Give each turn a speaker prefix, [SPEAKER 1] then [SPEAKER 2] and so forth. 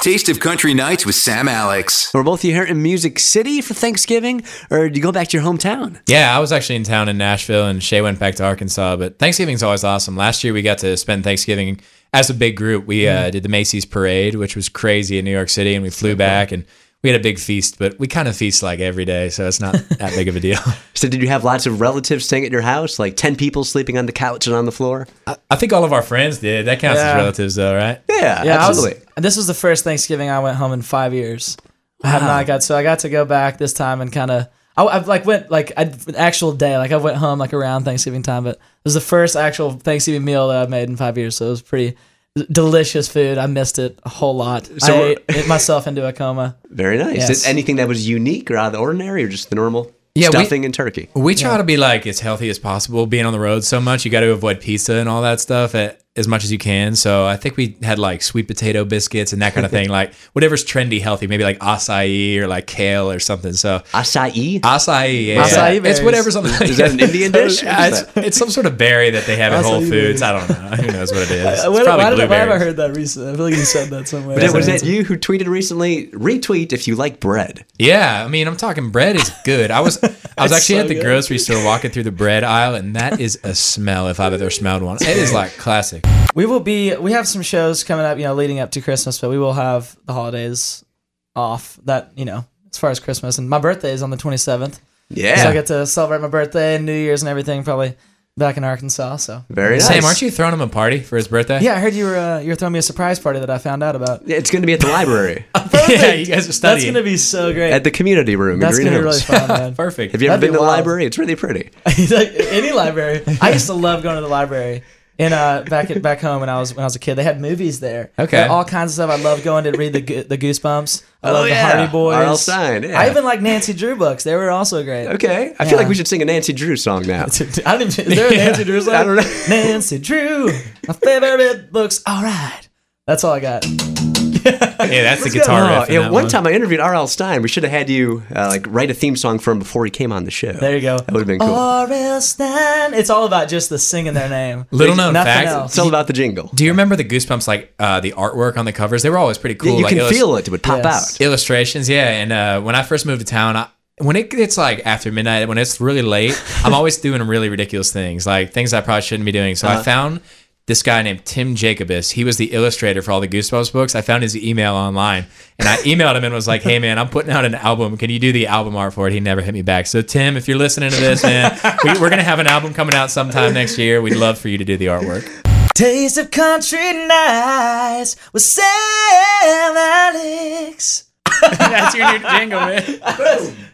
[SPEAKER 1] Taste of Country Nights with Sam Alex.
[SPEAKER 2] Were both of you here in Music City for Thanksgiving, or did you go back to your hometown?
[SPEAKER 3] Yeah, I was actually in town in Nashville, and Shay went back to Arkansas. But Thanksgiving's always awesome. Last year, we got to spend Thanksgiving as a big group. We uh, did the Macy's parade, which was crazy in New York City, and we flew back and we had a big feast. But we kind of feast like every day, so it's not that big of a deal.
[SPEAKER 2] So, did you have lots of relatives staying at your house, like 10 people sleeping on the couch and on the floor?
[SPEAKER 3] I think all of our friends did. That counts
[SPEAKER 4] Yeah.
[SPEAKER 3] as relatives, though, right?
[SPEAKER 2] Yeah,
[SPEAKER 4] Yeah, I was-
[SPEAKER 2] absolutely.
[SPEAKER 4] this was the first Thanksgiving I went home in five years. I have not got so I got to go back this time and kind of I, I like went like I, an actual day like I went home like around Thanksgiving time, but it was the first actual Thanksgiving meal that I made in five years, so it was pretty delicious food. I missed it a whole lot.
[SPEAKER 2] So
[SPEAKER 4] I
[SPEAKER 2] we're-
[SPEAKER 4] ate it myself into a coma.
[SPEAKER 2] Very nice.
[SPEAKER 4] Yes.
[SPEAKER 2] Is anything that was unique or out of the ordinary, or just the normal
[SPEAKER 3] Yeah, we-
[SPEAKER 2] stuffing and turkey?
[SPEAKER 3] We try to be like as healthy as possible. Being on the road so much, you got to avoid pizza and all that stuff a as much as you can. So I think we had like sweet potato biscuits and that kind of thing, like whatever's trendy healthy, maybe like acai or like kale or something. So
[SPEAKER 2] Acai.
[SPEAKER 3] acai, yeah,
[SPEAKER 4] Acai
[SPEAKER 3] it's
[SPEAKER 4] berries.
[SPEAKER 3] whatever's on the.
[SPEAKER 2] Is that an Indian dish?
[SPEAKER 3] Yeah,
[SPEAKER 2] What is
[SPEAKER 3] it's, it's some sort of berry that they have at Whole
[SPEAKER 4] Acai
[SPEAKER 3] Foods. I don't know. Who knows what it is? It's
[SPEAKER 4] Why,
[SPEAKER 3] probably
[SPEAKER 4] why did, why have I
[SPEAKER 3] blueberries.
[SPEAKER 4] heard that recently? I feel like you said that somewhere.
[SPEAKER 2] But it was
[SPEAKER 4] So
[SPEAKER 2] it you who tweeted recently? Retweet if you like bread.
[SPEAKER 3] Yeah, I mean, I'm talking bread is good. I was I was
[SPEAKER 4] It's
[SPEAKER 3] actually
[SPEAKER 4] so
[SPEAKER 3] at the
[SPEAKER 4] good.
[SPEAKER 3] grocery store walking through the bread aisle, and that is a smell if I've ever smelled one. It is like classic.
[SPEAKER 4] We will be. We have some shows coming up, you know, leading up to Christmas, but we will have the holidays off. That you know, as far as Christmas and my birthday is on the twenty seventh, so I
[SPEAKER 2] Yeah.
[SPEAKER 4] get to celebrate my birthday and New Year's and everything. Probably back in Arkansas. So
[SPEAKER 2] Very nice.
[SPEAKER 3] Sam, aren't you throwing him a party for his birthday?
[SPEAKER 4] yeah, I heard you were uh, you were throwing me a surprise party that I found out about.
[SPEAKER 2] It's going to be at the library,
[SPEAKER 3] yeah. You guys are
[SPEAKER 4] That's
[SPEAKER 3] studying.
[SPEAKER 4] gonna be so great.
[SPEAKER 2] at the community room. in
[SPEAKER 4] That's
[SPEAKER 2] Green
[SPEAKER 4] gonna be really
[SPEAKER 2] Hills.
[SPEAKER 4] fun, man.
[SPEAKER 3] perfect.
[SPEAKER 2] Have you ever
[SPEAKER 4] That'd
[SPEAKER 2] been to
[SPEAKER 4] be
[SPEAKER 2] the
[SPEAKER 4] wild.
[SPEAKER 2] library? It's really pretty.
[SPEAKER 4] He's like any library. I used to love going to the library. In uh, back at back home when I was when I was a kid, they had movies there.
[SPEAKER 3] Okay.
[SPEAKER 4] They had all kinds of stuff. I loved going to read the Go- the Goosebumps. I love
[SPEAKER 2] yeah.
[SPEAKER 4] the Hardy Boys.
[SPEAKER 2] R.L. Stine, yeah.
[SPEAKER 4] I even like Nancy Drew books. They were also great.
[SPEAKER 2] Okay. I feel like
[SPEAKER 4] Yeah.
[SPEAKER 2] we should sing a Nancy Drew song now.
[SPEAKER 4] I don't even, is there a Nancy Drew song?
[SPEAKER 2] I don't know.
[SPEAKER 4] Nancy Drew, my favorite books. All right, that's all I got.
[SPEAKER 3] yeah, that's the guitar
[SPEAKER 2] Oh,
[SPEAKER 3] riff. in
[SPEAKER 2] yeah,
[SPEAKER 3] that
[SPEAKER 2] one, time I interviewed R.L. Stein. We should have had you uh, like write a theme song for him before he came on the show.
[SPEAKER 4] There you Oh. go. That
[SPEAKER 2] would have been cool.
[SPEAKER 4] R.L. Stine. It's all about just the singing their name.
[SPEAKER 3] Little known
[SPEAKER 4] Nothing
[SPEAKER 3] fact.
[SPEAKER 4] Else.
[SPEAKER 2] It's all about the jingle.
[SPEAKER 3] Do you remember the Goosebumps like uh, the artwork on the covers? They were always pretty cool.
[SPEAKER 2] you
[SPEAKER 3] like
[SPEAKER 2] can
[SPEAKER 3] illus-
[SPEAKER 2] feel it. It would pop
[SPEAKER 4] Yes.
[SPEAKER 2] out.
[SPEAKER 3] illustrations. Yeah, and uh, when I first moved to town, I, when it gets like after midnight, when it's really late, I'm always doing really ridiculous things, like things I probably shouldn't be doing. So I found this guy named Tim Jacobus. He was the illustrator for all the Goosebumps books. I found his email online, and I emailed him and was like, "Hey man, I'm putting out an album. Can you do the album art for it?" He never hit me back. So Tim, if you're listening to this, man, we, we're gonna have an album coming out sometime next year. We'd love for you to do the artwork.
[SPEAKER 4] Taste of Country Nights with Sam Alex.
[SPEAKER 3] That's your new jingle, man.